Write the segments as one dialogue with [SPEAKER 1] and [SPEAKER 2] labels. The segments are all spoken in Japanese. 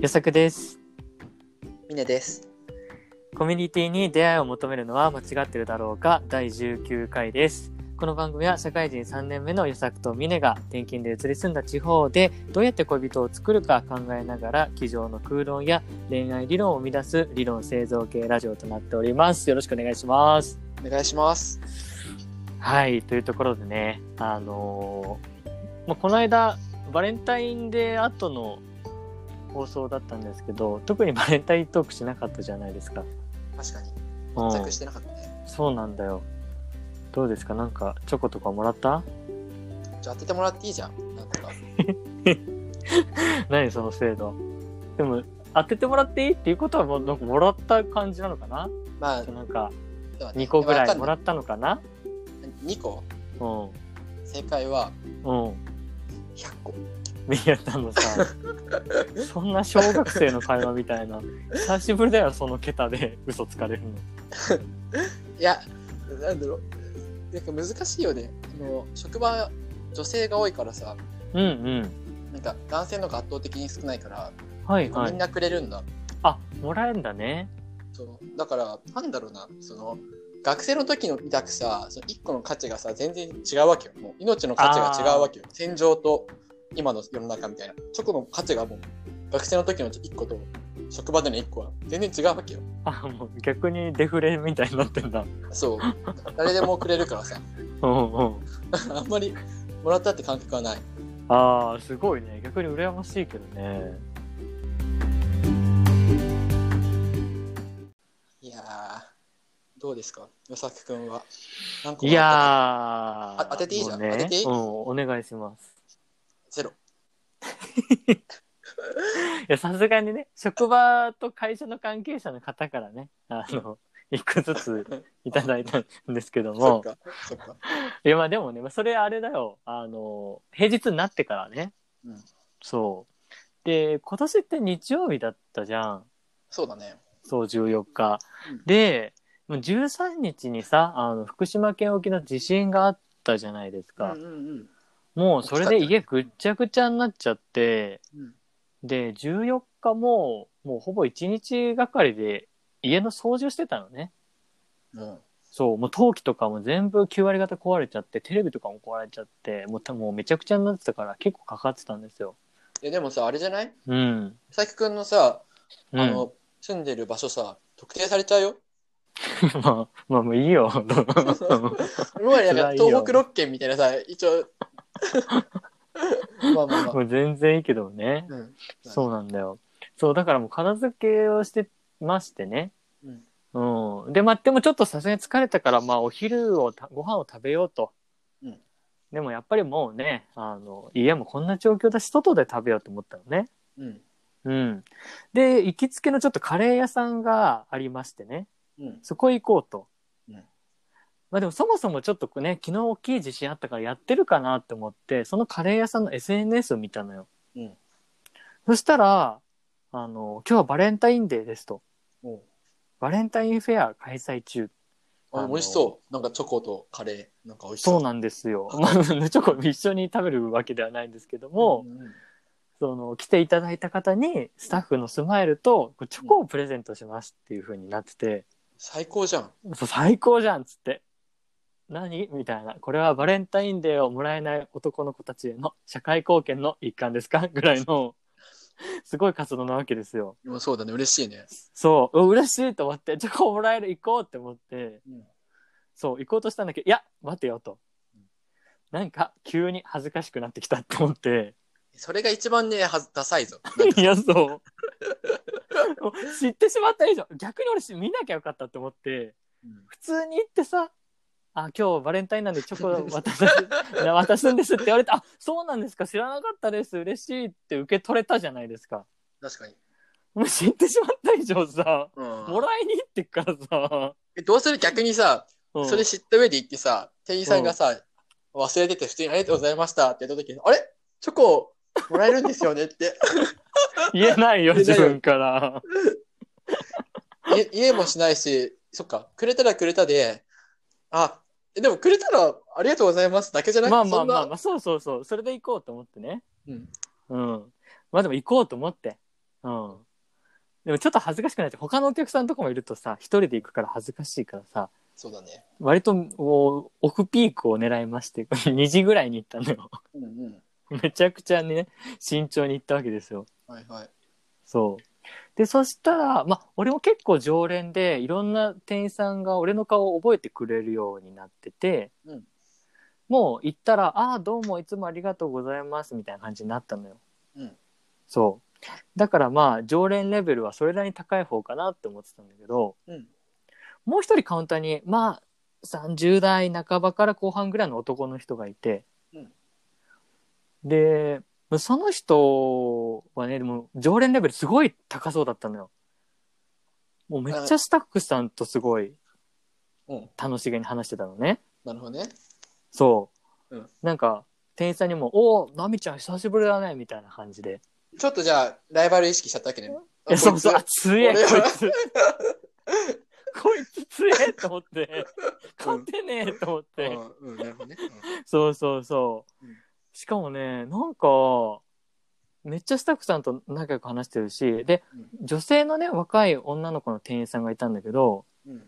[SPEAKER 1] 予測です。
[SPEAKER 2] ミネです。
[SPEAKER 1] コミュニティに出会いを求めるのは間違ってるだろうか第19回です。この番組は社会人3年目の予作とミネが転勤で移り住んだ地方でどうやって恋人を作るか考えながら机上の空論や恋愛理論を生み出す理論製造系ラジオとなっております。よろしくお願いします。
[SPEAKER 2] お願いします。
[SPEAKER 1] はい、というところでね、あのーまあ、この間、バレンタインデー後の放送だったんですけど、特にバレンタイントークしなかったじゃないですか。
[SPEAKER 2] 確かに。
[SPEAKER 1] うん
[SPEAKER 2] 全くしてなかったね。
[SPEAKER 1] そうなんだよ。どうですかなんかチョコとかもらった
[SPEAKER 2] じゃあ当ててもらっていいじゃん。なんとか。
[SPEAKER 1] 何その制度。でも、当ててもらっていいっていうことはもうなんかもらった感じなのかな
[SPEAKER 2] まあ、
[SPEAKER 1] なんか
[SPEAKER 2] ではね
[SPEAKER 1] 2個ぐらいも
[SPEAKER 2] も
[SPEAKER 1] ら
[SPEAKER 2] らっ
[SPEAKER 1] ったのかな
[SPEAKER 2] たんだ2個
[SPEAKER 1] うん。う
[SPEAKER 2] 正解は
[SPEAKER 1] ん。
[SPEAKER 2] 100個。
[SPEAKER 1] ミヤタの さそんな小学生の会話みたいな久しぶりだよその桁で嘘つかれるの
[SPEAKER 2] いや、なんだろう。なんか難しいよね。あの職場、女性が多いからさ、
[SPEAKER 1] うんうん
[SPEAKER 2] なんか男性の方が圧倒的に少ないから、
[SPEAKER 1] はいは
[SPEAKER 2] みん
[SPEAKER 1] い
[SPEAKER 2] なくれるんだ。
[SPEAKER 1] あもらえんだね
[SPEAKER 2] そうだから、なんだろうな。その学生の時の抱くさ、その1個の価値がさ、全然違うわけよ。もう命の価値が違うわけよ。戦場と今の世の中みたいな。チョコの価値がもう、学生の時の1個と職場での1個は全然違うわけよ。
[SPEAKER 1] あもう逆にデフレみたいになってんだ
[SPEAKER 2] そう。誰でもくれるからさ、
[SPEAKER 1] うんうん
[SPEAKER 2] あんまりもらったって感覚はない。
[SPEAKER 1] あーすごいね逆に羨ましいけどね
[SPEAKER 2] いやー、どうですか与作くんは。何個
[SPEAKER 1] い
[SPEAKER 2] もらっ
[SPEAKER 1] やー
[SPEAKER 2] あ当てていいじゃん
[SPEAKER 1] もうね
[SPEAKER 2] 当てていい
[SPEAKER 1] うんお願いします
[SPEAKER 2] たゼロ。
[SPEAKER 1] いやさすがにね職場と会社の関係者の方からねあの一個ずついただいたんですけども
[SPEAKER 2] そっか、そっか。
[SPEAKER 1] いやまあでもね、まあそれあれだよ。あの、平日になってからね。
[SPEAKER 2] うん
[SPEAKER 1] そう。で、今年って日曜日だったじゃん。
[SPEAKER 2] そうだね。
[SPEAKER 1] そう、14日
[SPEAKER 2] うん。
[SPEAKER 1] で、もう13日にさ、あの、福島県沖の地震があったじゃないです
[SPEAKER 2] うん
[SPEAKER 1] か。
[SPEAKER 2] うんうん
[SPEAKER 1] もうそれで家ぐっちゃぐちゃになっちゃって、
[SPEAKER 2] うん。
[SPEAKER 1] で、14日も、もうほぼ1日がかりで家の掃除をしてたのね。
[SPEAKER 2] も
[SPEAKER 1] そう、もう陶器とかも全部9割方壊れちゃって、テレビとかも壊れちゃって、もうたもうめちゃくちゃになってたから結構かかってたんですよ。
[SPEAKER 2] う。え、でもさ、あれじゃない
[SPEAKER 1] うん。
[SPEAKER 2] 佐伯くんのさ、
[SPEAKER 1] うん、
[SPEAKER 2] あの、住んでる場所さ、特定されちゃうよ。
[SPEAKER 1] まあ、まあもういいよ。
[SPEAKER 2] 今までなんか
[SPEAKER 1] 辛いよ
[SPEAKER 2] 東北六県みたいなさ、一応。 まあまあま
[SPEAKER 1] も
[SPEAKER 2] あ。
[SPEAKER 1] う全然いいけどね。
[SPEAKER 2] うん。
[SPEAKER 1] そうなんだよ。そう、だからもう片付けをしてましてね。
[SPEAKER 2] うん。
[SPEAKER 1] うん。で、まあ、でもちょっとさすがに疲れたから、まあ、お昼をた、ご飯を食べようと。
[SPEAKER 2] うん
[SPEAKER 1] でもやっぱりもうね、あの、家もこんな状況だし、外で食べようと思ったのね。
[SPEAKER 2] うん。
[SPEAKER 1] うん。で、行きつけのちょっとカレー屋さんがありましてね。
[SPEAKER 2] うん。
[SPEAKER 1] そこ行こうと。
[SPEAKER 2] うん
[SPEAKER 1] まあでもそもそもちょっとね、昨日大きい地震あったからやってるかなって思って、そのカレー屋さんの SNS を見たのよ。
[SPEAKER 2] うん
[SPEAKER 1] そしたら、あの、今日はバレンタインデーですと。
[SPEAKER 2] も
[SPEAKER 1] バレンタインフェア開催中。
[SPEAKER 2] う。あ、美味しそう。なんかチョコとカレー。なんか美味しそう。
[SPEAKER 1] そうなんです よ。まあ、チョコ一緒に食べるわけではないんですけども、
[SPEAKER 2] うんうん
[SPEAKER 1] その、来ていただいた方に、スタッフのスマイルと、チョコをプレゼントしますっていう風になってて、
[SPEAKER 2] 最高じゃん。
[SPEAKER 1] そう最高じゃんっつって。何みたいな。これはバレンタインデーをもらえない男の子たちへの社会貢献の一環ですかぐ らいの、すごい活動なわけですよ。
[SPEAKER 2] でもそうだね、嬉しいね。
[SPEAKER 1] そう、う嬉しいと思って、チョコもらえる、行こうって思って、
[SPEAKER 2] うん。
[SPEAKER 1] そう、行こうとしたんだけど、いや、待てよと。なんか、急に恥ずかしくなってきたって思って、
[SPEAKER 2] それが一番ね、はずダサいぞ。なんか
[SPEAKER 1] いや、そう。 もう知ってしまった以上、逆に俺し見なきゃよかったって思って、
[SPEAKER 2] うん
[SPEAKER 1] 普通に行ってさ「あ今日バレンタインなんでチョコ渡す 渡すんです」って言われて「あそうなんですか知らなかったです嬉しい」って受け取れたじゃないですか。
[SPEAKER 2] 確かに。
[SPEAKER 1] もう知ってしまった以上さ
[SPEAKER 2] うん。
[SPEAKER 1] もらいに行ってっからさ、
[SPEAKER 2] えどうする逆にさ、
[SPEAKER 1] うん
[SPEAKER 2] それ知った上で行ってさ、店員さんがさ、忘れてて普通にありがとうございましたって言った時に、あれチョコもらえるんですよねって。
[SPEAKER 1] 言えないよ
[SPEAKER 2] 言えな
[SPEAKER 1] 自
[SPEAKER 2] いよ
[SPEAKER 1] 分から。
[SPEAKER 2] 言え言えもしないし、そっか、くれたらくれたで、あ、えでもくれたらありがとうございますだけじゃない
[SPEAKER 1] まあまあまあ
[SPEAKER 2] そん
[SPEAKER 1] ま
[SPEAKER 2] な
[SPEAKER 1] あそうそうそうそれで行こうと思ってね。
[SPEAKER 2] うん
[SPEAKER 1] うん、まあでも行こうと思ってうん。でもちょっと恥ずかしくないって、他のお客さんとかもいるとさ、一人で行くから恥ずかしいからさ、
[SPEAKER 2] そうだね。
[SPEAKER 1] 割ともうオフピークを狙いまして、2時ぐ らいに行ったのよ。
[SPEAKER 2] うんうん。
[SPEAKER 1] めちゃくちゃね、慎重に行ったわけですよ。
[SPEAKER 2] はいはい。
[SPEAKER 1] そう。で、そしたら、まあ、俺も結構常連で、いろんな店員さんが俺の顔を覚えてくれるようになってて、
[SPEAKER 2] うん
[SPEAKER 1] もう行ったら、ああ、どうもいつもありがとうございます、みたいな感じになったのよ。
[SPEAKER 2] うん
[SPEAKER 1] そう。だからまあ、常連レベルはそれなりに高い方かなって思ってたんだけど、
[SPEAKER 2] うん。
[SPEAKER 1] もう一人カウンターに、まあ、30代半ばから後半ぐらいの男の人がいて、
[SPEAKER 2] うん
[SPEAKER 1] で、その人はね、でも常連レベルすごい高そうだったのよ。もうめっちゃスタッフさんとすごい
[SPEAKER 2] うん。
[SPEAKER 1] 楽しげに話してたのね。
[SPEAKER 2] なるほどね。
[SPEAKER 1] そう。
[SPEAKER 2] うん
[SPEAKER 1] なんか、店員さんにも、おお、まみちゃん久しぶりだね、みたいな感じで。
[SPEAKER 2] ちょっとじゃあ、ライバル意識しちゃったわけね。
[SPEAKER 1] え、
[SPEAKER 2] あこいつ
[SPEAKER 1] そうそう、あ、強え、こ
[SPEAKER 2] 俺
[SPEAKER 1] い
[SPEAKER 2] は
[SPEAKER 1] つ。 こいつ強えと思って、勝てねえと思って。
[SPEAKER 2] うん、うん、なるほどね。
[SPEAKER 1] そうそうそう
[SPEAKER 2] うん。
[SPEAKER 1] しかもね、なんか、めっちゃスタッフさんと仲良く話してるし、で、女性のね、若い女の子の店員さんがいたんだけど、
[SPEAKER 2] うん。うん。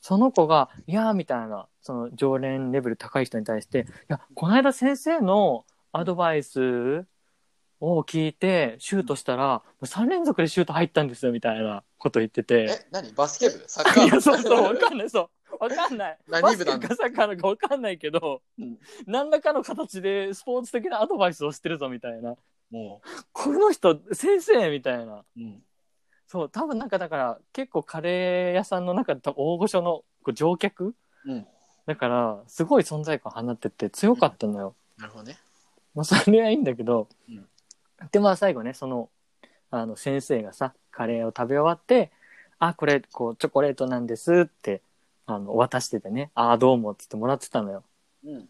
[SPEAKER 1] その子が、いやーみたいな、その常連レベル高い人に対して、いや、この間先生のアドバイスを聞いて、シュートしたら、もう3連続でシュート入ったんですよ、みたいなこと言ってて。
[SPEAKER 2] え、何バスケ部サッ
[SPEAKER 1] い
[SPEAKER 2] カー
[SPEAKER 1] や、
[SPEAKER 2] 部
[SPEAKER 1] そうそう、わかんない、そう。わかんない。
[SPEAKER 2] 何部なんだ
[SPEAKER 1] バスケかサッカーのかわかんないけど、
[SPEAKER 2] うん
[SPEAKER 1] 何らかの形でスポーツ的なアドバイスをしてるぞみたいな。
[SPEAKER 2] も
[SPEAKER 1] この人、先生みたいな。
[SPEAKER 2] う、うん。
[SPEAKER 1] そう、多分なんかだから、結構カレー屋さんの中で多分大御所のこう乗客
[SPEAKER 2] うん。
[SPEAKER 1] だから、すごい存在感放ってて強かったのよ。
[SPEAKER 2] なるほどね。
[SPEAKER 1] まあ、それはいいんだけど。
[SPEAKER 2] うん
[SPEAKER 1] で、まあ最後ね、その、あの、先生がさ、カレーを食べ終わって、あ、これ、こう、チョコレートなんですって、あの、渡しててね、あ、どうもっつってもらってたのよ。
[SPEAKER 2] うん。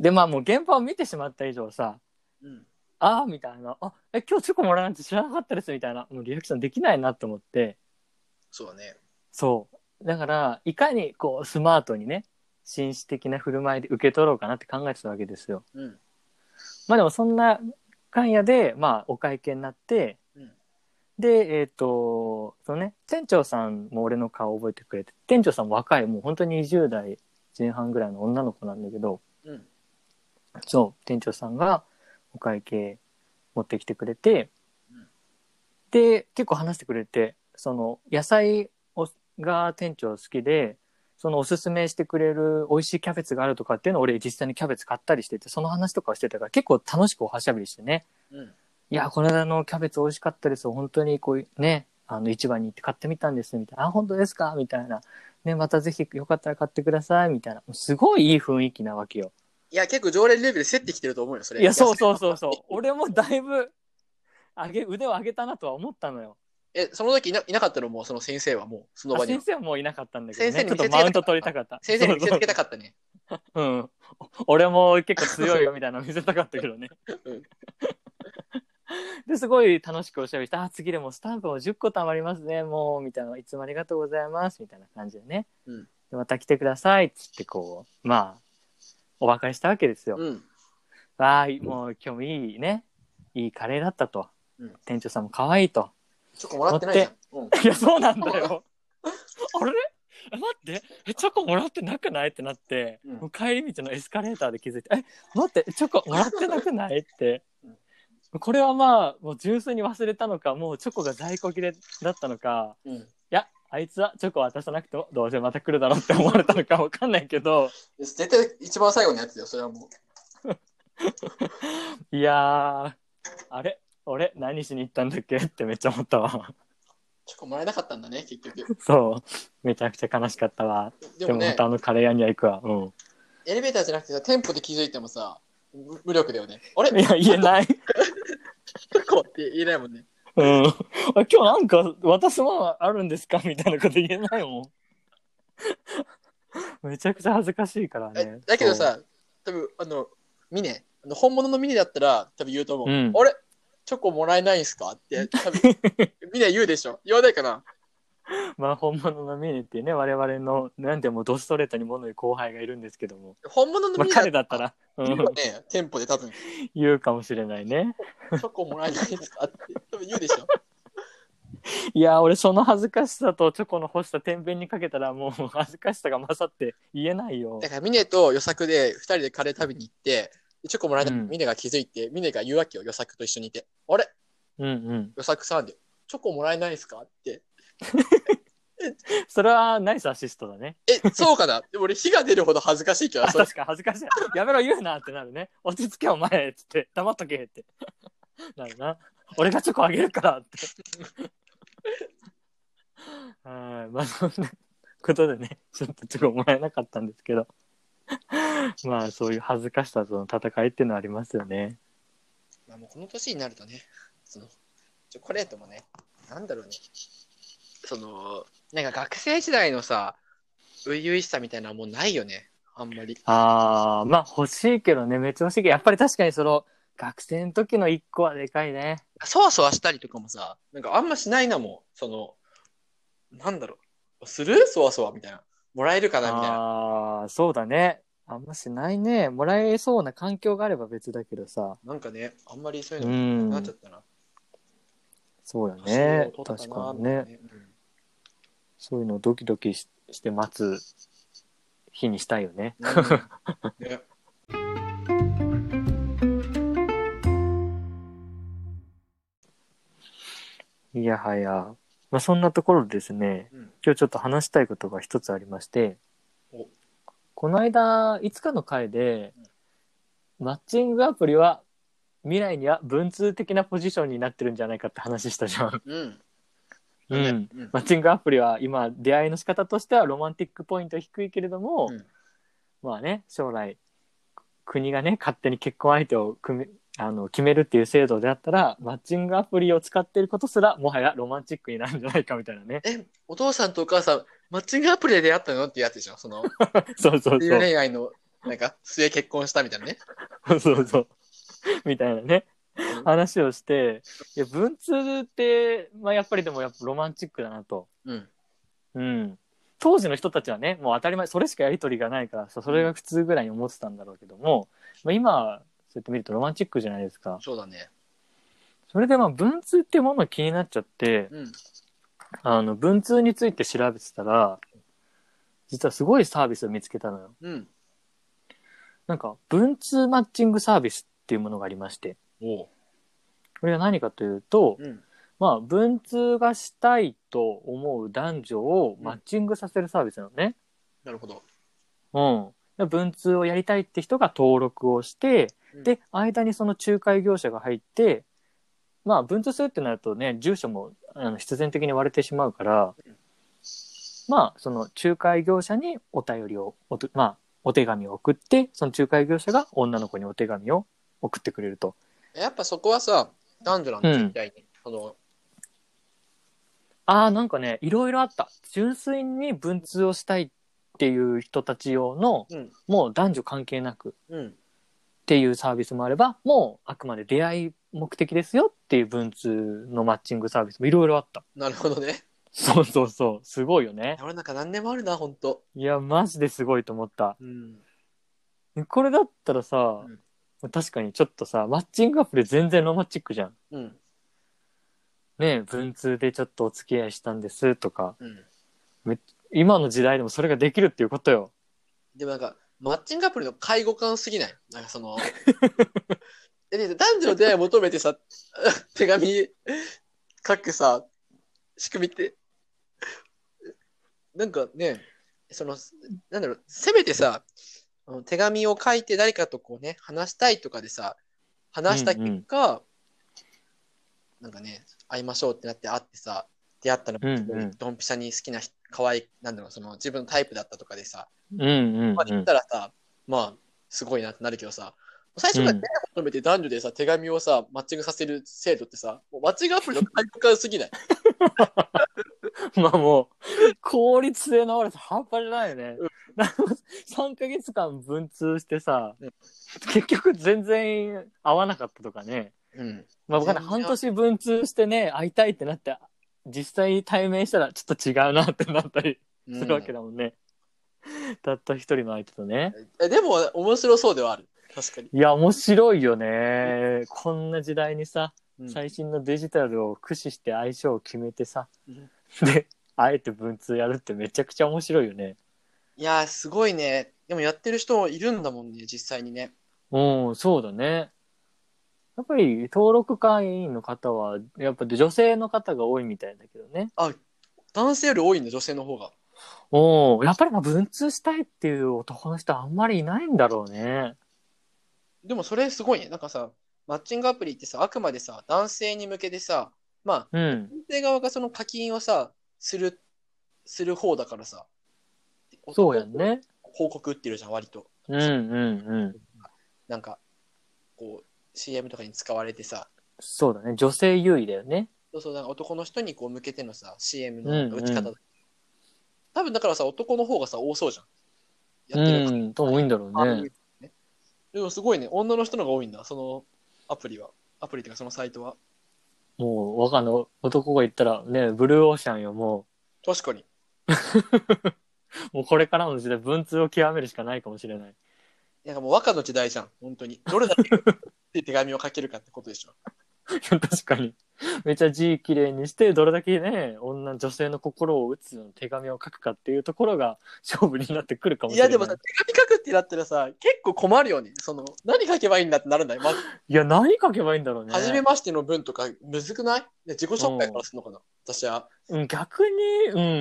[SPEAKER 1] で、まあもう現場を見てしまった以上さ、
[SPEAKER 2] うん。
[SPEAKER 1] あーみたいな、あ、え、今日チョコもらうなんて知らなかったですみたいな、もうリアクションできないなと思って、
[SPEAKER 2] そうだね。
[SPEAKER 1] そう。だから、いかにこう、スマートにね、紳士的な振る舞いで受け取ろうかなって考えてたわけですよ。
[SPEAKER 2] うん。
[SPEAKER 1] まあでもそんな間夜で、まあお会計になって、
[SPEAKER 2] うん
[SPEAKER 1] で、えっ、と、そのね、店長さんも俺の顔覚えてくれて、店長さんも若い、もう本当に20代前半ぐらいの女の子なんだけど、
[SPEAKER 2] うん。
[SPEAKER 1] そう、店長さんがお会計持ってきてくれて
[SPEAKER 2] うん、
[SPEAKER 1] で、結構話してくれて、その野菜をが店長好きで、そのおすすめしてくれる美味しいキャベツがあるとかっていうのを俺実際にキャベツ買ったりしてて、その話とかをしてたから結構楽しくおはしゃべりしてね。
[SPEAKER 2] うん。
[SPEAKER 1] いや、この間のキャベツ美味しかったですよ。本当にこういうね、あの、市場に行って買ってみたんです、みたいな。あ、本当ですかみたいな。ね、またぜひよかったら買ってください、みたいな。すごいいい雰囲気なわけよ。
[SPEAKER 2] いや、結構常連レベル競ってきてると思うよ、それ。
[SPEAKER 1] いや、そうそうそう そう。俺もだいぶ、上げ、腕を上げたなとは思ったのよ。
[SPEAKER 2] え、その時いないなかったのもう、その先生はもう、その
[SPEAKER 1] あ
[SPEAKER 2] 場に
[SPEAKER 1] 先。生はもういなかったんだけどね。
[SPEAKER 2] 先生に
[SPEAKER 1] ちょ
[SPEAKER 2] 見
[SPEAKER 1] っ
[SPEAKER 2] せ
[SPEAKER 1] と
[SPEAKER 2] つけたかった
[SPEAKER 1] マウント取りたかった。
[SPEAKER 2] 先生に見せつけ
[SPEAKER 1] た。
[SPEAKER 2] たかったね。
[SPEAKER 1] うん。俺も結構強いよ、みたいなの 見せたかったけどね。
[SPEAKER 2] うん
[SPEAKER 1] で、すごい楽しくおしゃべりして、あ、次でもスタンプも10個貯まりますね、もう、みたいな、いつもありがとうございます、みたいな感じでね。
[SPEAKER 2] うん
[SPEAKER 1] でまた来てください、っつってこう、まあ、お別れしたわけですよ。
[SPEAKER 2] うん。
[SPEAKER 1] わあ、もう今日もいいね、いいカレーだったと。
[SPEAKER 2] うん
[SPEAKER 1] 店長さんも可愛いと。
[SPEAKER 2] チョコもらってないじゃん。うん。
[SPEAKER 1] いや、そうなんだよ。 あれえ待って、え、チョコもらってなくないってなって、
[SPEAKER 2] うん
[SPEAKER 1] もう帰り道のエスカレーターで気づいて、え、待って、チョコもらってなくないって
[SPEAKER 2] うん。
[SPEAKER 1] これはまあ、もう純粋に忘れたのか、もうチョコが在庫切れだったのか、
[SPEAKER 2] うん。
[SPEAKER 1] いや、あいつはチョコ渡さなくてもどうせまた来るだろうって思われたのかわかんないけど、
[SPEAKER 2] 絶対一番最後のやつだよ、それはもう。
[SPEAKER 1] いやー、あれ俺何しに行ったんだっけってめっちゃ思ったわ。
[SPEAKER 2] チョコもらえなかったんだね、結局。
[SPEAKER 1] そう。めちゃくちゃ悲しかったわ。
[SPEAKER 2] で
[SPEAKER 1] で
[SPEAKER 2] も
[SPEAKER 1] もま
[SPEAKER 2] ね
[SPEAKER 1] た、あのカレー屋には行くわ。うん。
[SPEAKER 2] エレベーターじゃなくてさ、店舗で気づいてもさ、無無力だよね。あれ
[SPEAKER 1] いや、言え ない。
[SPEAKER 2] チョコって言えないもんね。
[SPEAKER 1] うん。あ今日なんか渡すものあるんですかみたいなこと言えないもん。めちゃくちゃ恥ずかしいから
[SPEAKER 2] え
[SPEAKER 1] ね。
[SPEAKER 2] だけどさ、多分あの、ミネ、あの本物のミネだったら、多分言うと思う。
[SPEAKER 1] うん
[SPEAKER 2] あれチョコもらえないんすかって、多分ミネ言うでしょ。言わないかな。
[SPEAKER 1] そう、まあ本物のミネっていうね、我々の、なんでもドストレートに物言う後輩がいるんですけども。
[SPEAKER 2] 本物の
[SPEAKER 1] まあ
[SPEAKER 2] ミネ
[SPEAKER 1] 彼だったら、う
[SPEAKER 2] 言うんよね、店 舗で多分、チ
[SPEAKER 1] 言うかもしれないね。
[SPEAKER 2] ョコもらえないんすかって、多分言うでしょ。
[SPEAKER 1] いやー俺その恥ずかしさとチョコの干した天秤にかけたらもう恥ずかしさが勝って言えないよ
[SPEAKER 2] だからミネと予作で2人でカレー食べに行ってでチョコもらえた
[SPEAKER 1] うん
[SPEAKER 2] ミネが気づいて、ミネが言うわけよ予作と一緒にいてあれ
[SPEAKER 1] うんうん
[SPEAKER 2] 予作さんでチョコもらえないですかって
[SPEAKER 1] それはナイスアシストだね
[SPEAKER 2] えそう かなでも俺火が出るほど恥ずかしいけど
[SPEAKER 1] あ
[SPEAKER 2] それ
[SPEAKER 1] 確か恥ずかしいやめろ言うなってなるね落ち着けお前っつって黙っとけってなるな俺がチョコあげるからってはいまあそんなことでねちょっとチョコもらえなかったんですけどまあそういう恥ずかしさとの戦いっていうのはありますよね
[SPEAKER 2] まあ、もうこの年になるとねそのチョコレートもねなんだろうねそのなんか学生時代のさ初々しさみたいなのはもうないよねあんまり
[SPEAKER 1] ああ、まあ欲しいけどね、めっちゃ欲しいけど、やっぱり確かにその、学生の時の一個はでかいね。
[SPEAKER 2] そわそわしたりとかもさなんかあんましないなもんそのなんだろうするそわそわみたいなもらえるかなみたいな
[SPEAKER 1] ああ、そうだね。あんましないね。もらえそうな環境があれば別だけどさ。
[SPEAKER 2] なんかねあんまりそういう
[SPEAKER 1] う
[SPEAKER 2] のなくなっ
[SPEAKER 1] ん
[SPEAKER 2] ちゃ。ったな、
[SPEAKER 1] そうだ
[SPEAKER 2] そういう
[SPEAKER 1] ね
[SPEAKER 2] の。を取っ
[SPEAKER 1] 確
[SPEAKER 2] た
[SPEAKER 1] か
[SPEAKER 2] な
[SPEAKER 1] にね。
[SPEAKER 2] みたいなうん
[SPEAKER 1] そういうのをドキドキしして待つ日にしたいよね。
[SPEAKER 2] うんね
[SPEAKER 1] いやはや。まあそんなところでですね、
[SPEAKER 2] うん
[SPEAKER 1] 今日ちょっと話したいことが一つありまして
[SPEAKER 2] お、
[SPEAKER 1] この間、いつかの回で、マッチングアプリは未来には文通的なポジションになってるんじゃないかって話したじゃん。
[SPEAKER 2] うん
[SPEAKER 1] う
[SPEAKER 2] ね
[SPEAKER 1] ん。マッチングアプリは今、出会いの仕方としてはロマンティックポイント低いけれども、
[SPEAKER 2] うん
[SPEAKER 1] まあね、将来、国がね、勝手に結婚相手を組めあの決めるっていう制度であったら、マッチングアプリを使ってることすら、もはやロマンチックになるんじゃないかみたいなね。
[SPEAKER 2] えお父さんとお母さんマッチングアプリで出会ったのってやつでしょその
[SPEAKER 1] そうそうそ
[SPEAKER 2] っていう
[SPEAKER 1] う。
[SPEAKER 2] 恋愛の、なんか、末結婚したみたいなね。
[SPEAKER 1] そうそう。 みたいなね。話をして、いや、文通って、まあやっぱりでもやっぱロマンチックだなと。
[SPEAKER 2] うん。
[SPEAKER 1] うん。当時の人たちはね、もう当たり前、それしかやりとりがないからさ、それが普通ぐらいに思ってたんだろうけども、まあ今は、そうやって見るとロマンチックじゃないですか。
[SPEAKER 2] そうだね。
[SPEAKER 1] それでまあ文通ってものが気になっちゃって、
[SPEAKER 2] うん。
[SPEAKER 1] あの、文通について調べてたら、実はすごいサービスを見つけたのよ。
[SPEAKER 2] うん。
[SPEAKER 1] なんか、文通マッチングサービスっていうものがありまして、
[SPEAKER 2] おう。
[SPEAKER 1] これが何かというと、
[SPEAKER 2] うん。
[SPEAKER 1] まあ、文通がしたいと思う男女をマッチングさせるサービスなのね。
[SPEAKER 2] なるほど。
[SPEAKER 1] うん。で文通をやりたいって人が登録をして、
[SPEAKER 2] うん
[SPEAKER 1] で、間にその仲介業者が入って、まあ、文通するってなるとね、住所もあの必然的に割れてしまうから
[SPEAKER 2] うん、
[SPEAKER 1] まあ、その仲介業者にお便りを、おとまあ、お手紙を送って、その仲介業者が女の子にお手紙を送ってくれると。
[SPEAKER 2] やっぱそこはさ、男女なんだ、
[SPEAKER 1] うん
[SPEAKER 2] 絶対に。その、
[SPEAKER 1] ああ、なんかね、いろいろあった。純粋に文通をしたいっていう人たち用の、
[SPEAKER 2] うん。
[SPEAKER 1] もう男女関係なくっ
[SPEAKER 2] うん。
[SPEAKER 1] ていうサービスもあれば、もうあくまで出会い目的ですよっていう文通のマッチングサービスもいろいろあった。
[SPEAKER 2] なるほどね。
[SPEAKER 1] そうそうそう。すごいよね。
[SPEAKER 2] 俺なんか何でもあるな、ほんと。
[SPEAKER 1] いや、マジですごいと思った。
[SPEAKER 2] うん。
[SPEAKER 1] これだったらさ、確かにちょっとさ、マッチングアプリ全然ロマンチックじゃん。
[SPEAKER 2] うん。
[SPEAKER 1] ねえ文通でちょっとお付き合いしたんですとか、
[SPEAKER 2] うん。
[SPEAKER 1] 今の時代でもそれができるっていうことよ。
[SPEAKER 2] でもなんか、マッチングアプリの介護感すぎないなんかその、えで男女の出会い求めてさ、 手紙書くさ、仕組みって、なんかね、その、なんだろう、せめてさ、あの手紙を書いて誰かとこうね、話したいとかでさ、話した結果、なんかね、会いましょうってなって会ってさ、出会ったのも
[SPEAKER 1] うんうん
[SPEAKER 2] ドンピシャに好きな人、可愛い、なんだろう、その自分のタイプだったとかでさ、
[SPEAKER 1] うんうん、うん。
[SPEAKER 2] まあ、言ったらさ、まあ、すごいなってなるけどさ、最初からね、求めて男女でさ、手紙をさ、マッチングさせる制度ってさ、もうマッチングアプリの体育館すぎない。
[SPEAKER 1] まあもう、効率性の悪さ半端じゃないよね
[SPEAKER 2] う。
[SPEAKER 1] 3ヶ月間文通してさ
[SPEAKER 2] うん、
[SPEAKER 1] 結局全然合わなかったとかね。
[SPEAKER 2] うん。
[SPEAKER 1] まあ僕はね
[SPEAKER 2] 全然合わ
[SPEAKER 1] 半年文通してね、会いたいってなって、実際対面したらちょっと違うなってなったりするわけだもんね。たった一人の相手とね。
[SPEAKER 2] えでも、面白そうではある。確かに。
[SPEAKER 1] いや、面白いよね。こんな時代にさ、
[SPEAKER 2] うん
[SPEAKER 1] 最新のデジタルを駆使して相性を決めてさ
[SPEAKER 2] うん、
[SPEAKER 1] で、あえて文通やるってめちゃくちゃ面白いよね。
[SPEAKER 2] いやーすごいねでもやってる人もいるんだもんね実際にね
[SPEAKER 1] うん、そうだね。やっぱり登録会員の方は、やっぱ女性の方が多いみたいだけどね。
[SPEAKER 2] 男性より多いんだ女性の方が
[SPEAKER 1] おやっぱりまあ文通したいっていう男の人はあんまりいないんだろうね。
[SPEAKER 2] でもそれすごいねなんかさマッチングアプリってさあくまでさ男性に向けてさまあ
[SPEAKER 1] うん。
[SPEAKER 2] 男性側がその課金をさするする方だからさ
[SPEAKER 1] そうやんね。
[SPEAKER 2] 広告売ってるじゃん割と
[SPEAKER 1] うんうんうん。
[SPEAKER 2] なんかこう CM とかに使われてさ
[SPEAKER 1] そうだね。女性優位だよね。
[SPEAKER 2] そうそうなんか男の人にこう向けてのさ
[SPEAKER 1] う
[SPEAKER 2] CM
[SPEAKER 1] ん
[SPEAKER 2] の
[SPEAKER 1] うん
[SPEAKER 2] 打ち方だ、多分だからさ男の方がさ多そうじゃん
[SPEAKER 1] う
[SPEAKER 2] やってる
[SPEAKER 1] ん。と多いんだろ
[SPEAKER 2] あ
[SPEAKER 1] うね
[SPEAKER 2] る。ねでもすごいね女の人のが多いんだそのアプリはアプリっていうかそのサイトは
[SPEAKER 1] もう、わかんない。男が言ったら、ね、ブルーオーシャンよ、も
[SPEAKER 2] 確かに
[SPEAKER 1] う。もうこれからの時代、文通を極めるしかないかもしれない。
[SPEAKER 2] なんかもう和歌の時代じゃん本当にどれだけで手紙を書けるかってことでしょ
[SPEAKER 1] 確かに。めちゃ字綺麗にして、どれだけね、女、女性の心を打つような手紙を書くかっていうところが勝負になってくるかも
[SPEAKER 2] い
[SPEAKER 1] しれな
[SPEAKER 2] や
[SPEAKER 1] い。
[SPEAKER 2] でもさ、手紙書くってなったらさ、結構困るよね。その、何書けばいいんだってなるんだよ。まず、
[SPEAKER 1] いや、何書けばいいんだろうね。
[SPEAKER 2] 初めましての文とか、むずくないで自己紹介からするのかな私は。
[SPEAKER 1] うん、逆に、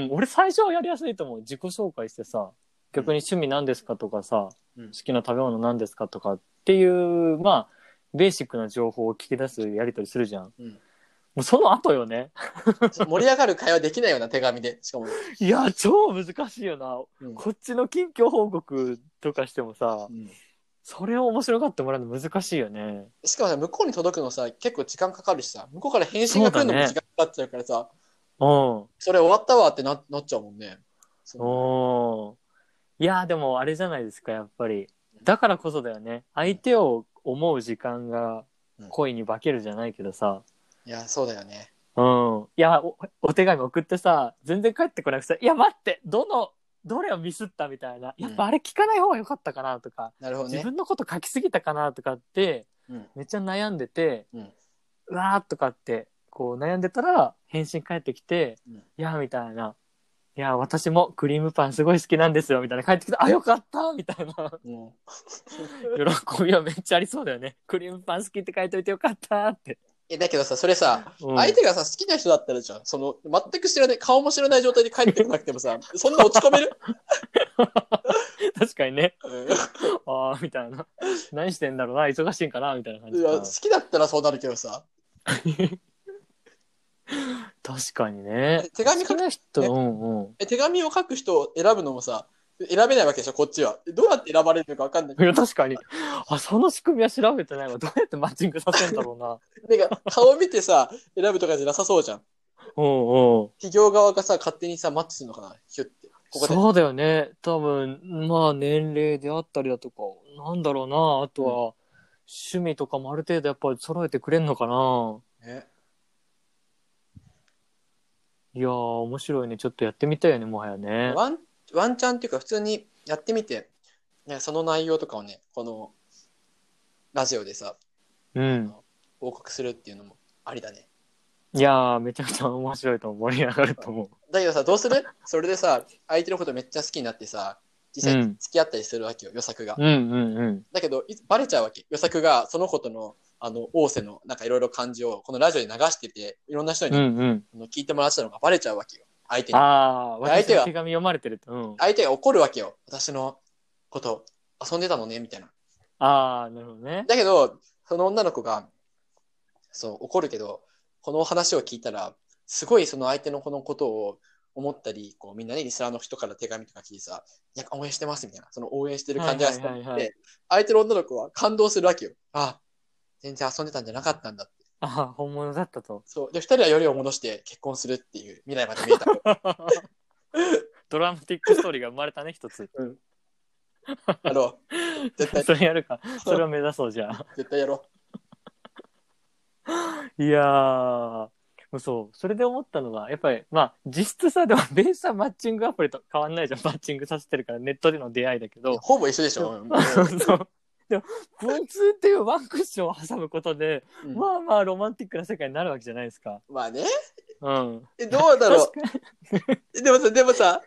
[SPEAKER 1] うん、俺最初はやりやすいと思う。自己紹介してさ、逆に趣味何ですかとかさ、
[SPEAKER 2] うん
[SPEAKER 1] 好きな食べ物何ですかとかっていう、まあ、ベーシックな情報を聞き出すやりとりするじゃん。
[SPEAKER 2] うん
[SPEAKER 1] もうその後よね。
[SPEAKER 2] ちょっと盛り上がる会話できないような手紙で。 しかも、
[SPEAKER 1] いや、超難しいよな。
[SPEAKER 2] うん
[SPEAKER 1] こっちの近況報告とかしてもさ、
[SPEAKER 2] うん
[SPEAKER 1] それを面白がってもらうの難しいよね。
[SPEAKER 2] しかもさ、向こうに届くのさ、結構時間かかるしさ、向こうから返信が来るのも
[SPEAKER 1] そうだね
[SPEAKER 2] 時間かかっちゃうからさ、
[SPEAKER 1] うん。
[SPEAKER 2] それ終わったわってななっちゃうもんね。その
[SPEAKER 1] おーいやーでもあれじゃないですかやっぱりだからこそだよね相手を思う時間が恋に化けるじゃないけどさ
[SPEAKER 2] いや、そうだよね。
[SPEAKER 1] うんいやおお手紙送ってさ全然帰ってこなくてさ「いや待ってどのどれをミスった」みたいなやっぱあれ聞かない方が良かったかなとか、
[SPEAKER 2] なるほど
[SPEAKER 1] 自
[SPEAKER 2] ね。
[SPEAKER 1] 分のこと書きすぎたかなとかって
[SPEAKER 2] うん
[SPEAKER 1] めっちゃ悩んでて、
[SPEAKER 2] うん
[SPEAKER 1] わーとかってこう悩んでたら返信返ってきて「
[SPEAKER 2] うん
[SPEAKER 1] いや」みたいな「いや私もクリームパンすごい好きなんですよ」みたいな返ってきて「あよかった」みたい な
[SPEAKER 2] うん
[SPEAKER 1] 喜びはめっちゃありそうだよね「クリームパン好き」って書いといてよかったって、
[SPEAKER 2] えだけどさ、それさ、
[SPEAKER 1] うん
[SPEAKER 2] 相手がさ、好きな人だったらじゃん。その、全く知らない、顔も知らない状態で帰ってこなくてもさ、そんな落ち込める、
[SPEAKER 1] 確かにね
[SPEAKER 2] うん
[SPEAKER 1] 「ああ」みたいな「何してんだろうな忙しいんかな」みたいな感じ
[SPEAKER 2] い
[SPEAKER 1] か
[SPEAKER 2] や好きだったらそうなるけどさ
[SPEAKER 1] 確かにね
[SPEAKER 2] 手紙書く
[SPEAKER 1] 好きな人、うんうん
[SPEAKER 2] え手紙を書く人を選ぶのもさ選べないわけでしょこっちはどうやって選ばれるのか分かんない
[SPEAKER 1] いや確かにあその仕組みは調べてないわどうやってマッチングさせるんだろう な
[SPEAKER 2] なんか顔見てさ選ぶとかじゃなさそうじゃん
[SPEAKER 1] うんうん
[SPEAKER 2] 企業側がさ勝手にさマッチするのかなヒュッてここで
[SPEAKER 1] そうだよね多分まあ年齢であったりだとかなんだろうなあとは、趣味とかもある程度やっぱり揃えてくれんのかな
[SPEAKER 2] ね
[SPEAKER 1] いやー面白いねちょっとやってみたいよねもはやね
[SPEAKER 2] ワンワンチャンっていうか普通にやってみて、ね、その内容とかをねこのラジオでさ
[SPEAKER 1] うん
[SPEAKER 2] 報告するっていうのもありだね
[SPEAKER 1] いやーめちゃくちゃ面白いと思う盛り上がると思
[SPEAKER 2] だけどさどうするそれでさ相手のことめっちゃ好きになってさ実際に付き合ったりするわけよ、予策が
[SPEAKER 1] ううんうんうん
[SPEAKER 2] だけど、いつバレちゃうわけ。予策がその子との、あの、大瀬の、なんかいろいろ感じを、このラジオで流してて、いろんな人
[SPEAKER 1] う
[SPEAKER 2] に、
[SPEAKER 1] んうん
[SPEAKER 2] あの聞いてもらってたのがバレちゃうわけよ。相手に。
[SPEAKER 1] ああー
[SPEAKER 2] 相
[SPEAKER 1] 私
[SPEAKER 2] 手
[SPEAKER 1] の
[SPEAKER 2] は
[SPEAKER 1] 手紙読まれてると、うん、
[SPEAKER 2] 相手が怒るわけよ。私のこと、遊んでたのね、みたいな。
[SPEAKER 1] ああなるほどね
[SPEAKER 2] だけど、その女の子が、そう、怒るけど、この話を聞いたら、すごいその相手のこのことを思ったり、こう、みんなね、リスナーの人から手紙とか聞いてさ、いや、応援してます、みたいな。その応援してる感じがして、
[SPEAKER 1] はいはいはいはい
[SPEAKER 2] 相手の女の子は感動するわけよ。あ、全然遊んでたんじゃなかったんだって。
[SPEAKER 1] ああ本物だった と
[SPEAKER 2] そう。で、二人はよりを戻して結婚するっていう未来まで 見えた。
[SPEAKER 1] ドラマティックストーリーが生まれたね一つ
[SPEAKER 2] やろう。絶対、
[SPEAKER 1] それやるかそれを目指そうじゃあ
[SPEAKER 2] 絶対やろ
[SPEAKER 1] いやー、そう、それで思ったのが、やっぱり、まあ、実質さ、でも、 ベースはマッチングアプリと変わんないじゃん、マッチングさせてるから、ネットでの出会いだけ
[SPEAKER 2] う。
[SPEAKER 1] ど、
[SPEAKER 2] ほぼ一緒でしょ。
[SPEAKER 1] そう でも文通っていうワンクッションを挟むことで、
[SPEAKER 2] うん
[SPEAKER 1] まあまあロマンティックな世界になるわけじゃないですか。
[SPEAKER 2] まあね。
[SPEAKER 1] うん。
[SPEAKER 2] え、どうだろう
[SPEAKER 1] 確。かに
[SPEAKER 2] えでもさ、でもさ、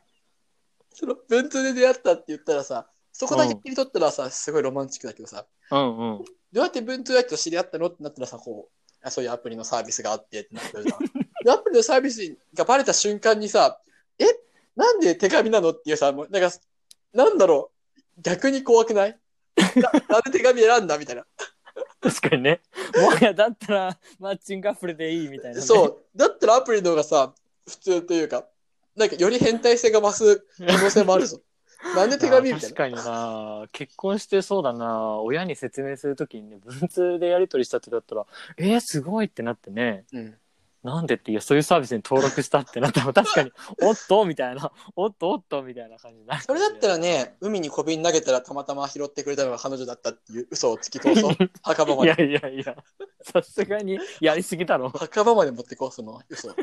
[SPEAKER 2] その文通で出会ったって言ったらさ、そこだけ切り取ったらさ、すごいロマンチックだけどさ、
[SPEAKER 1] うんうん。
[SPEAKER 2] どうやって文通やと知り合ったのってなったらさ、こう、あそういうアプリのサービスがあってってなって るじゃんでアプリのサービスがバレた瞬間にさ、えなんで手紙なのっていうさ、もうなんか、なんだろう、逆に怖くないななんで手紙選んだ みたいな。
[SPEAKER 1] 確かにね。もはやだったらマッチングアプリでいいみたいなね、
[SPEAKER 2] そう、だったらアプリの方がさ、普通というか、なんかより変態性が増す可能性もあ るぞ。なんで手紙
[SPEAKER 1] あー
[SPEAKER 2] みたい
[SPEAKER 1] 確
[SPEAKER 2] な。
[SPEAKER 1] かにな結婚してそうだな親に説明するときにね文通でやり取りしたってだったらえー、すごいってなってね
[SPEAKER 2] うん
[SPEAKER 1] なんでっていやそういうサービスに登録したってなったら確かに おっとみたいなおっとおっとみたいな感じになる
[SPEAKER 2] それだったらね、海に小瓶投げたらたまたま拾ってくれたのが彼女だったっていう嘘を突き通 そう。墓場ま
[SPEAKER 1] い
[SPEAKER 2] で
[SPEAKER 1] や。いやいやさすがにやりすぎだ ろ
[SPEAKER 2] 墓場まで持ってこう、その嘘を。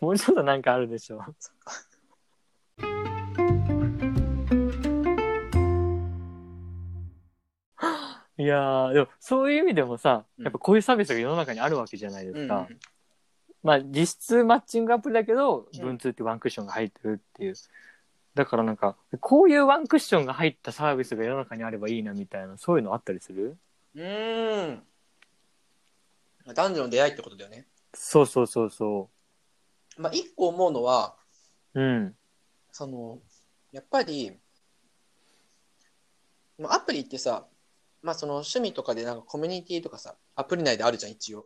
[SPEAKER 1] もうちょっとなんかあるでしょいやーでもそういう意味でもさ
[SPEAKER 2] うん
[SPEAKER 1] やっぱこういうサービスが世の中にあるわけじゃないで
[SPEAKER 2] う
[SPEAKER 1] す
[SPEAKER 2] ん
[SPEAKER 1] か、まあ実質マッチングアプリだけど
[SPEAKER 2] うん
[SPEAKER 1] 文通ってワンクッションが入ってるっていうだからなんかこういうワンクッションが入ったサービスが世の中にあればいいなみたいなそういうのあったりする
[SPEAKER 2] うーん。男女の出会いってことだよね。
[SPEAKER 1] そうそうそうそ
[SPEAKER 2] まあ、一個思うのは、
[SPEAKER 1] ううん
[SPEAKER 2] その、やっぱり、まあ、アプリってさ、まあ、その趣味とかでなんかコミュニティとかさ、アプリ内であるじゃん、一応。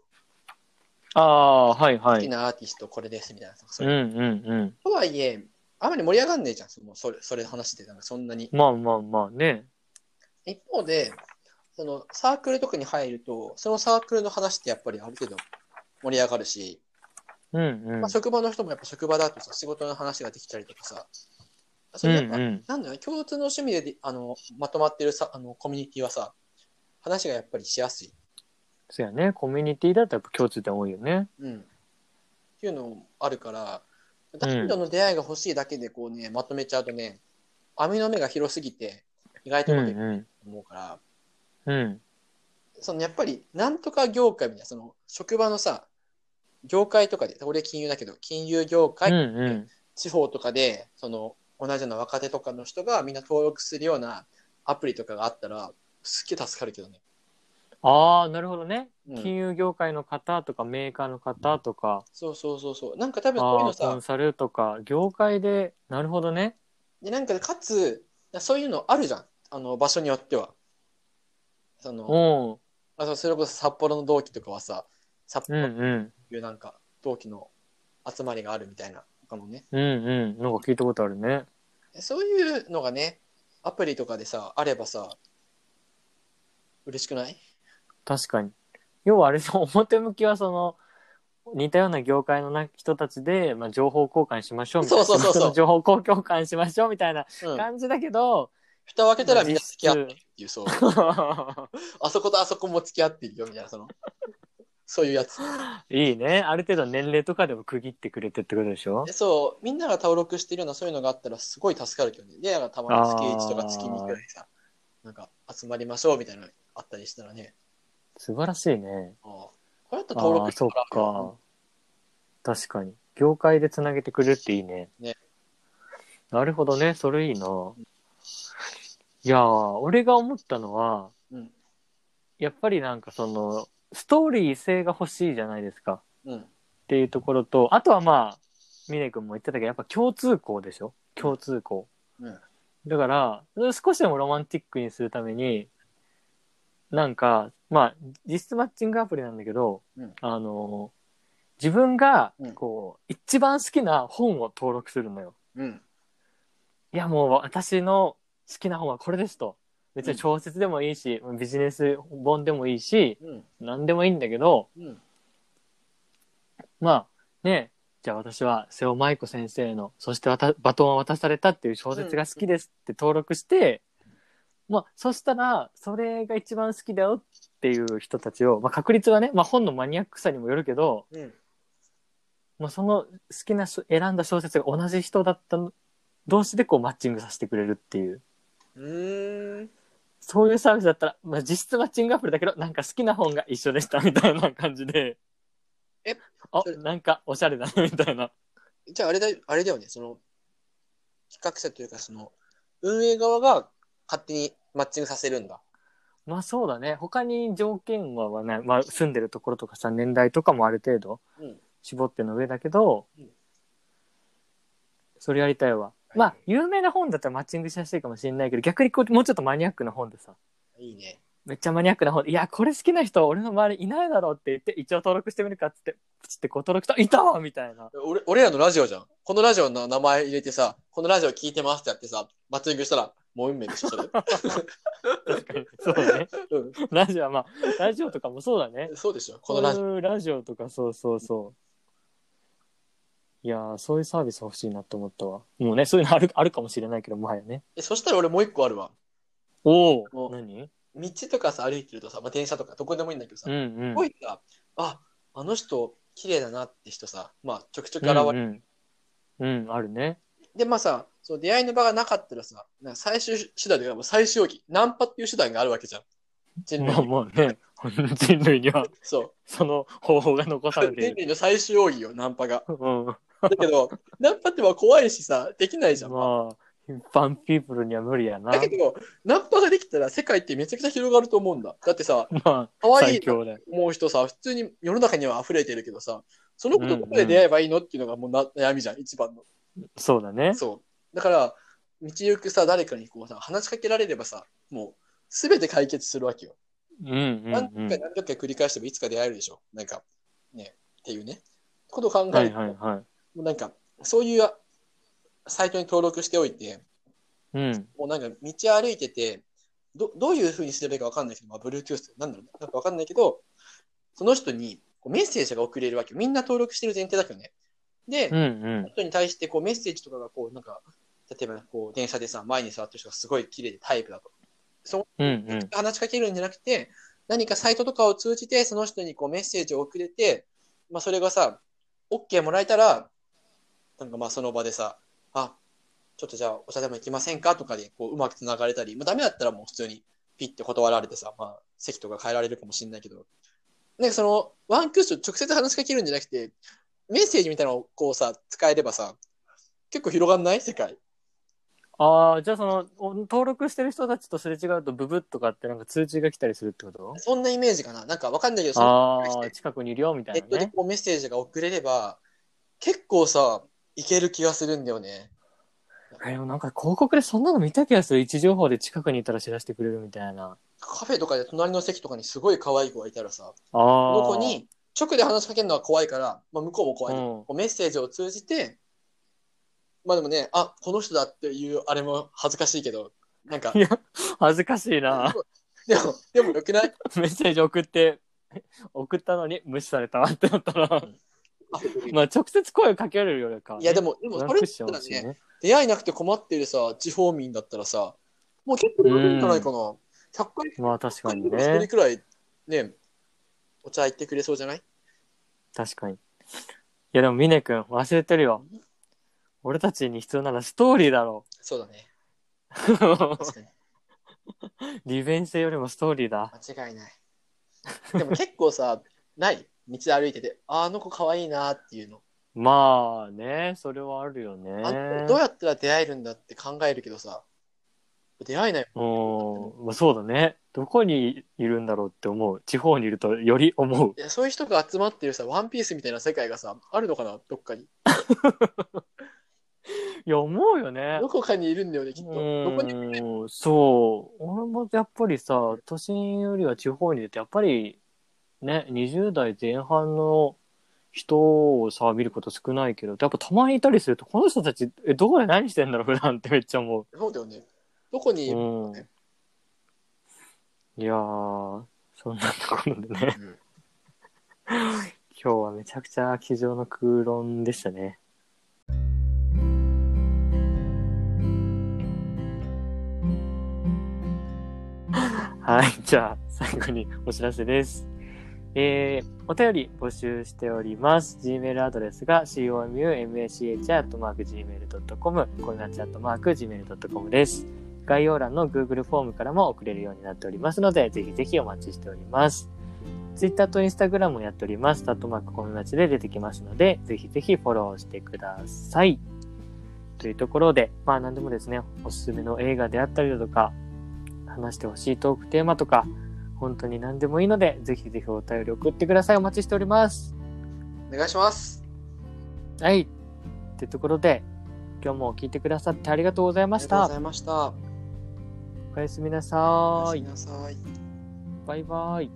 [SPEAKER 1] ああはいは
[SPEAKER 2] 好き
[SPEAKER 1] い
[SPEAKER 2] なアーティストこれですみたいなさ。そ
[SPEAKER 1] うん
[SPEAKER 2] れ
[SPEAKER 1] うん
[SPEAKER 2] とはいえ、あまり盛り上がんねえじゃん、そのそれそれ話でなんかそんなに
[SPEAKER 1] う。んまあまあまあね
[SPEAKER 2] 一方で、そのサークルとかに入ると、そのサークルの話ってやっぱりある程度盛り上がるし、
[SPEAKER 1] うんうん
[SPEAKER 2] まあ、職場の人もやっぱ職場だとさ、仕事の話ができたりとかさ、それやっぱ、
[SPEAKER 1] うんうん
[SPEAKER 2] なんだろう、共通の趣味でであのまとまってるさあのコミュニティはさ、話がやっぱりしやすい。
[SPEAKER 1] そうやねコミュニティだとやっぱ共通点多いよね
[SPEAKER 2] うん。っていうのもあるから、男女の出会いが欲しいだけでこうね、まとめちゃうとね、網の目が広すぎて、意外と
[SPEAKER 1] うん
[SPEAKER 2] うまくいかない
[SPEAKER 1] うん
[SPEAKER 2] と思うから、
[SPEAKER 1] うん
[SPEAKER 2] そのやっぱりなんとか業界みたいなその職場のさ業界とかで俺金融だけど金融業
[SPEAKER 1] う
[SPEAKER 2] 界、
[SPEAKER 1] んうん
[SPEAKER 2] 地方とかでその同じような若手とかの人がみんな登録するようなアプリとかがあったらすっげえ助かるけどね、
[SPEAKER 1] ああなるほどね
[SPEAKER 2] うん、
[SPEAKER 1] 金融業界の方とかメーカーの方とか
[SPEAKER 2] そうそうそうそうなんか多分こういう
[SPEAKER 1] ああ
[SPEAKER 2] の
[SPEAKER 1] コ
[SPEAKER 2] さ
[SPEAKER 1] ンサルとか業界でなるほどね
[SPEAKER 2] でなんかかつそういうのあるじゃんあの場所によってはその
[SPEAKER 1] お
[SPEAKER 2] あそうそれこそ札幌の同期とかはさ札
[SPEAKER 1] うんう
[SPEAKER 2] 幌っ
[SPEAKER 1] ん
[SPEAKER 2] ていうなんか同期の集まりがあるみたいな他のね
[SPEAKER 1] うんうんなんか聞いたことあるね
[SPEAKER 2] そういうのがね、アプリとかでさ、あればさ、嬉しくない
[SPEAKER 1] 確かに要はあれの表向きはその似たような業界のな人たちで、まあ、情報交換しましょうみたいな
[SPEAKER 2] そうそうそうそう
[SPEAKER 1] の 情報交換しましょうみたいな
[SPEAKER 2] うん。
[SPEAKER 1] 感じだけど、
[SPEAKER 2] 蓋を開けたらみんな付き合ってるっていう、そう。あそことあそこも付き合ってるよ、みたいな、その。そういうやつ。
[SPEAKER 1] いいねある程度年齢とかでも区切ってくれてってことでしょ
[SPEAKER 2] でそう、みんなが登録してるようなそういうのがあったらすごい助かるけどね。で、なんかたまに月1とか月2くらいさ、なんか集まりましょうみたいなのあったりしたらね。
[SPEAKER 1] 素晴らしいね
[SPEAKER 2] ああこれだったら登
[SPEAKER 1] ああ
[SPEAKER 2] 録
[SPEAKER 1] そっ
[SPEAKER 2] してもらうよ
[SPEAKER 1] か確かに業界でつなげてくれるっていいね
[SPEAKER 2] ね
[SPEAKER 1] なるほどねそれいいないやー俺が思ったのは
[SPEAKER 2] うん。
[SPEAKER 1] やっぱりなんかそのストーリー性が欲しいじゃないですか
[SPEAKER 2] うん。
[SPEAKER 1] っていうところとあとはまあ峰君も言ってたけどやっぱ共通項でしょ共通項
[SPEAKER 2] うん。
[SPEAKER 1] だから少しでもロマンティックにするためになんかまあ実質マッチングアプリなんだけど、
[SPEAKER 2] うん
[SPEAKER 1] あの自分が
[SPEAKER 2] うん
[SPEAKER 1] こう、一番好きな本を登録するのよ。
[SPEAKER 2] うん。
[SPEAKER 1] いやもう私の好きな本はこれですと。別に小説でもいいし、ビジネス本でもいいし、
[SPEAKER 2] うん。
[SPEAKER 1] 何でもいいんだけど、
[SPEAKER 2] うん。
[SPEAKER 1] まあね、じゃあ私は瀬尾舞子先生の、そしてわたバトンを渡されたっていう小説が好きですって登録して、まあそしたら、それが一番好きだよっていう人たちを、まあ確率はね、まあ本のマニアックさにもよるけど、
[SPEAKER 2] うん。
[SPEAKER 1] まあその好きなし選んだ小説が同じ人だったの同士でこうマッチングさせてくれるっていう。
[SPEAKER 2] うーん。
[SPEAKER 1] そういうサービスだったら、まあ、実質マッチングアプリだけど、なんか好きな本が一緒でしたみたいな感じで。
[SPEAKER 2] え
[SPEAKER 1] あ
[SPEAKER 2] それ、
[SPEAKER 1] なんかおしゃれだねみたいな。
[SPEAKER 2] じゃああれだ、あれだよね、その、企画者というか、その、運営側が勝手にマッチングさせるんだ。
[SPEAKER 1] まあそうだね。他に条件はない。まあ住んでるところとかさ、年代とかもある程度
[SPEAKER 2] うん
[SPEAKER 1] 絞っての上だけど、
[SPEAKER 2] うん
[SPEAKER 1] それやりたいわ。
[SPEAKER 2] い
[SPEAKER 1] まあ、有名な本だったらマッチングしやすいかもしれないけど、逆にこう、もうちょっとマニアックな本でさ、
[SPEAKER 2] いいね。
[SPEAKER 1] めっちゃマニアックな本で、いや、これ好きな人、俺の周りいないだろうって言って、一応登録してみるかっつって、プチってこう登録した、いたわみたいな。
[SPEAKER 2] 俺俺らのラジオじゃん。このラジオの名前入れてさ、このラジオ聞いてますってやってさ、マッチングしたら、もう運命でしょ、 それ。
[SPEAKER 1] 確かに。そう ね。
[SPEAKER 2] うん、
[SPEAKER 1] ラジオはまあ、ラジオとかもそうだね。
[SPEAKER 2] そうでしょ、このラジオ。
[SPEAKER 1] そういうラジオとかそうそうそういやーそういうサービス欲しいなと思ったわもうねそういうのあるあるかもしれないけどもはやね
[SPEAKER 2] えそしたら俺もう一個あるわ。
[SPEAKER 1] お
[SPEAKER 2] お
[SPEAKER 1] お何
[SPEAKER 2] 道とかさ、歩いてるとさ、まあ、電車とかどこでもいいんだけどさ、
[SPEAKER 1] うんうん
[SPEAKER 2] すごいさ、あ、あの人、綺麗だなって人さ、まあ、ちょくちょく
[SPEAKER 1] う
[SPEAKER 2] 現れる。
[SPEAKER 1] んうん、うん、あるね
[SPEAKER 2] で、まあさ、その出会いの場がなかったらさ、なんか最終手段というか、もう最終期、ナンパっていう手段があるわけじゃん。人類
[SPEAKER 1] まあもうね人類には
[SPEAKER 2] そ
[SPEAKER 1] その方法が残され
[SPEAKER 2] う。
[SPEAKER 1] てい
[SPEAKER 2] 人
[SPEAKER 1] る、
[SPEAKER 2] 類の最終奥義よ、ナンパが。
[SPEAKER 1] うん、ま
[SPEAKER 2] だけど、ナンパっては怖いしさ、できないじゃん。
[SPEAKER 1] あ一般ピープルには無理やな
[SPEAKER 2] だけど、ナンパができたら世界ってめちゃくちゃ広がると思うんだ。だってさ、
[SPEAKER 1] ま
[SPEAKER 2] 可
[SPEAKER 1] あ
[SPEAKER 2] 愛い
[SPEAKER 1] 最
[SPEAKER 2] と
[SPEAKER 1] 強だよ
[SPEAKER 2] 思う人さ、普通に世の中には溢れてるけどさ、その子とどこで出会えばいいのっていうのがもうな悩みじゃん、一番の。
[SPEAKER 1] そうだね
[SPEAKER 2] そう。だから、道行くさ、誰かにこうさ、話しかけられればさ、もう、すべて解決するわけよ。
[SPEAKER 1] うんうん、
[SPEAKER 2] 何
[SPEAKER 1] うん、
[SPEAKER 2] 回何十回繰り返してもいつか出会えるでしょ。なんか、ね、っていうね。ことを考えると、
[SPEAKER 1] はいはいは
[SPEAKER 2] もうなんか、そういうサイトに登録しておいて、
[SPEAKER 1] いうん
[SPEAKER 2] もうなんか道歩いてて、どどういうふうにすればいいかわかんないけど、まあ、Bluetooth なんだろうねなんかわかんないけど、その人にこうメッセージが送れるわけよ。みんな登録してる前提だけどね。で、
[SPEAKER 1] うんうん
[SPEAKER 2] 人に対してこうメッセージとかがこうなんか例えばこう電車でさ前に座ってる人がすごい綺麗でタイプだと
[SPEAKER 1] うんうん
[SPEAKER 2] 話しかけるんじゃなくて何かサイトとかを通じてその人にこうメッセージを送れて、まあ、それがさ OK もらえたらなんかまあその場でさあちょっとじゃあお茶でも行きませんかとかでこううまくつながれたり、まあ、ダメだったらもう普通にピッて断られてさ、まあ、席とか変えられるかもしれないけどなんかそのワンクッション直接話しかけるんじゃなくてメッセージみたいなのをこうさ使えればさ結構広がんない世界
[SPEAKER 1] ああ、じゃあその、お登録してる人たちとすれ違うと、ブブッとかってなんか通知が来たりするってこと
[SPEAKER 2] そんなイメージかななんかわかんないけどその
[SPEAKER 1] ああ、近くにいるよみた
[SPEAKER 2] ネ
[SPEAKER 1] い
[SPEAKER 2] ット
[SPEAKER 1] な
[SPEAKER 2] で
[SPEAKER 1] ね。
[SPEAKER 2] こうメッセージが送れれば、結構さ、いける気がするんだよね。
[SPEAKER 1] えでもなんか広告でそんなの見た気がする。位置情報で近くにいたら知らせてくれるみたいな。
[SPEAKER 2] カフェとかで隣の席とかにすごい可愛い子がいたらさ、
[SPEAKER 1] ああ。
[SPEAKER 2] この子に直で話しかけるのは怖いから、まあ、向こうも怖いけど、
[SPEAKER 1] うん
[SPEAKER 2] こうメッセージを通じて、まあでもね、あ、この人だっていうあれも恥ずかしいけど、なん か
[SPEAKER 1] い、や、恥ずかしいな。
[SPEAKER 2] でも、でもよくない
[SPEAKER 1] メッセージ送って、 送ったのに無視されたわってなったら、 まあ直接声をかけられるよりかはね、
[SPEAKER 2] いやでも、でも
[SPEAKER 1] ワン
[SPEAKER 2] そ
[SPEAKER 1] クッ
[SPEAKER 2] れだっ
[SPEAKER 1] シ
[SPEAKER 2] た
[SPEAKER 1] ョン
[SPEAKER 2] ら
[SPEAKER 1] 欲しい
[SPEAKER 2] ね、
[SPEAKER 1] ね。
[SPEAKER 2] 出会いなくて困ってるさ、地方民だったらさ、もう結構いるんじゃないかな。100回
[SPEAKER 1] まあ確かに
[SPEAKER 2] 一人
[SPEAKER 1] ね。
[SPEAKER 2] くらいね、お茶行ってくれそうじゃない
[SPEAKER 1] 確かに。いやでも、ミネ君、忘れてるよ。俺たちに必要なのはストーリーだろう。
[SPEAKER 2] そうだね。確 かに。
[SPEAKER 1] 利便性よりもストーリーだ。
[SPEAKER 2] 間違いない。でも結構さ、ない道で歩いてて、ああの子可愛いなっていうの、
[SPEAKER 1] まあね、それはあるよ
[SPEAKER 2] あ
[SPEAKER 1] ね。
[SPEAKER 2] どうやったら出会えるんだって考えるけどさ、出会えない。
[SPEAKER 1] うんまあ、そうだね。どこにいるんだろうって思う。地方にいるとより思う。
[SPEAKER 2] いやそういう人が集まってるさ、ワンピースみたいな世界がさ、あるのかなどっかに。
[SPEAKER 1] いや、思うよね
[SPEAKER 2] ど。こかにいるんだよね、きっと。どこに
[SPEAKER 1] うん、そう。俺もやっぱりさ、都心よりは地方に出て、やっぱりね、20代前半の人をさ、見ること少ないけど、やっぱたまにいたりすると、この人たち、え、どこで何してんだろう、普段ってめっちゃ思う。
[SPEAKER 2] そうだよね。どこにいる、
[SPEAKER 1] うん、いやーそんなところでね
[SPEAKER 2] うん
[SPEAKER 1] 今日はめちゃくちゃ机上の空論でしたね はいじゃあ最後にお知らせですえー、お便り募集しております。Gmail アドレスが comumachi.gmail.com、コイナチ .gmail.com です。概要欄の Google フォームからも送れるようになっておりますので、ぜひぜひお待ちしております。Twitter と Instagram もやっております。タットマークコミマチで出てきますので、ぜひぜひフォローしてください。というところで、まあ何でもですね、おすすめの映画であったりだとか、話してほしいトークテーマとか、本当に何でもいいので、ぜひぜひお便り送ってください。お待ちしております。
[SPEAKER 2] お願いします。
[SPEAKER 1] はい。ってところで、今日も聞いてくださってありがとうござい
[SPEAKER 2] あ
[SPEAKER 1] まし
[SPEAKER 2] りがとうご
[SPEAKER 1] た
[SPEAKER 2] ざ。いました。
[SPEAKER 1] おやすみな
[SPEAKER 2] おや
[SPEAKER 1] さ
[SPEAKER 2] す
[SPEAKER 1] ー
[SPEAKER 2] み
[SPEAKER 1] い。
[SPEAKER 2] なさい。
[SPEAKER 1] バイバイ。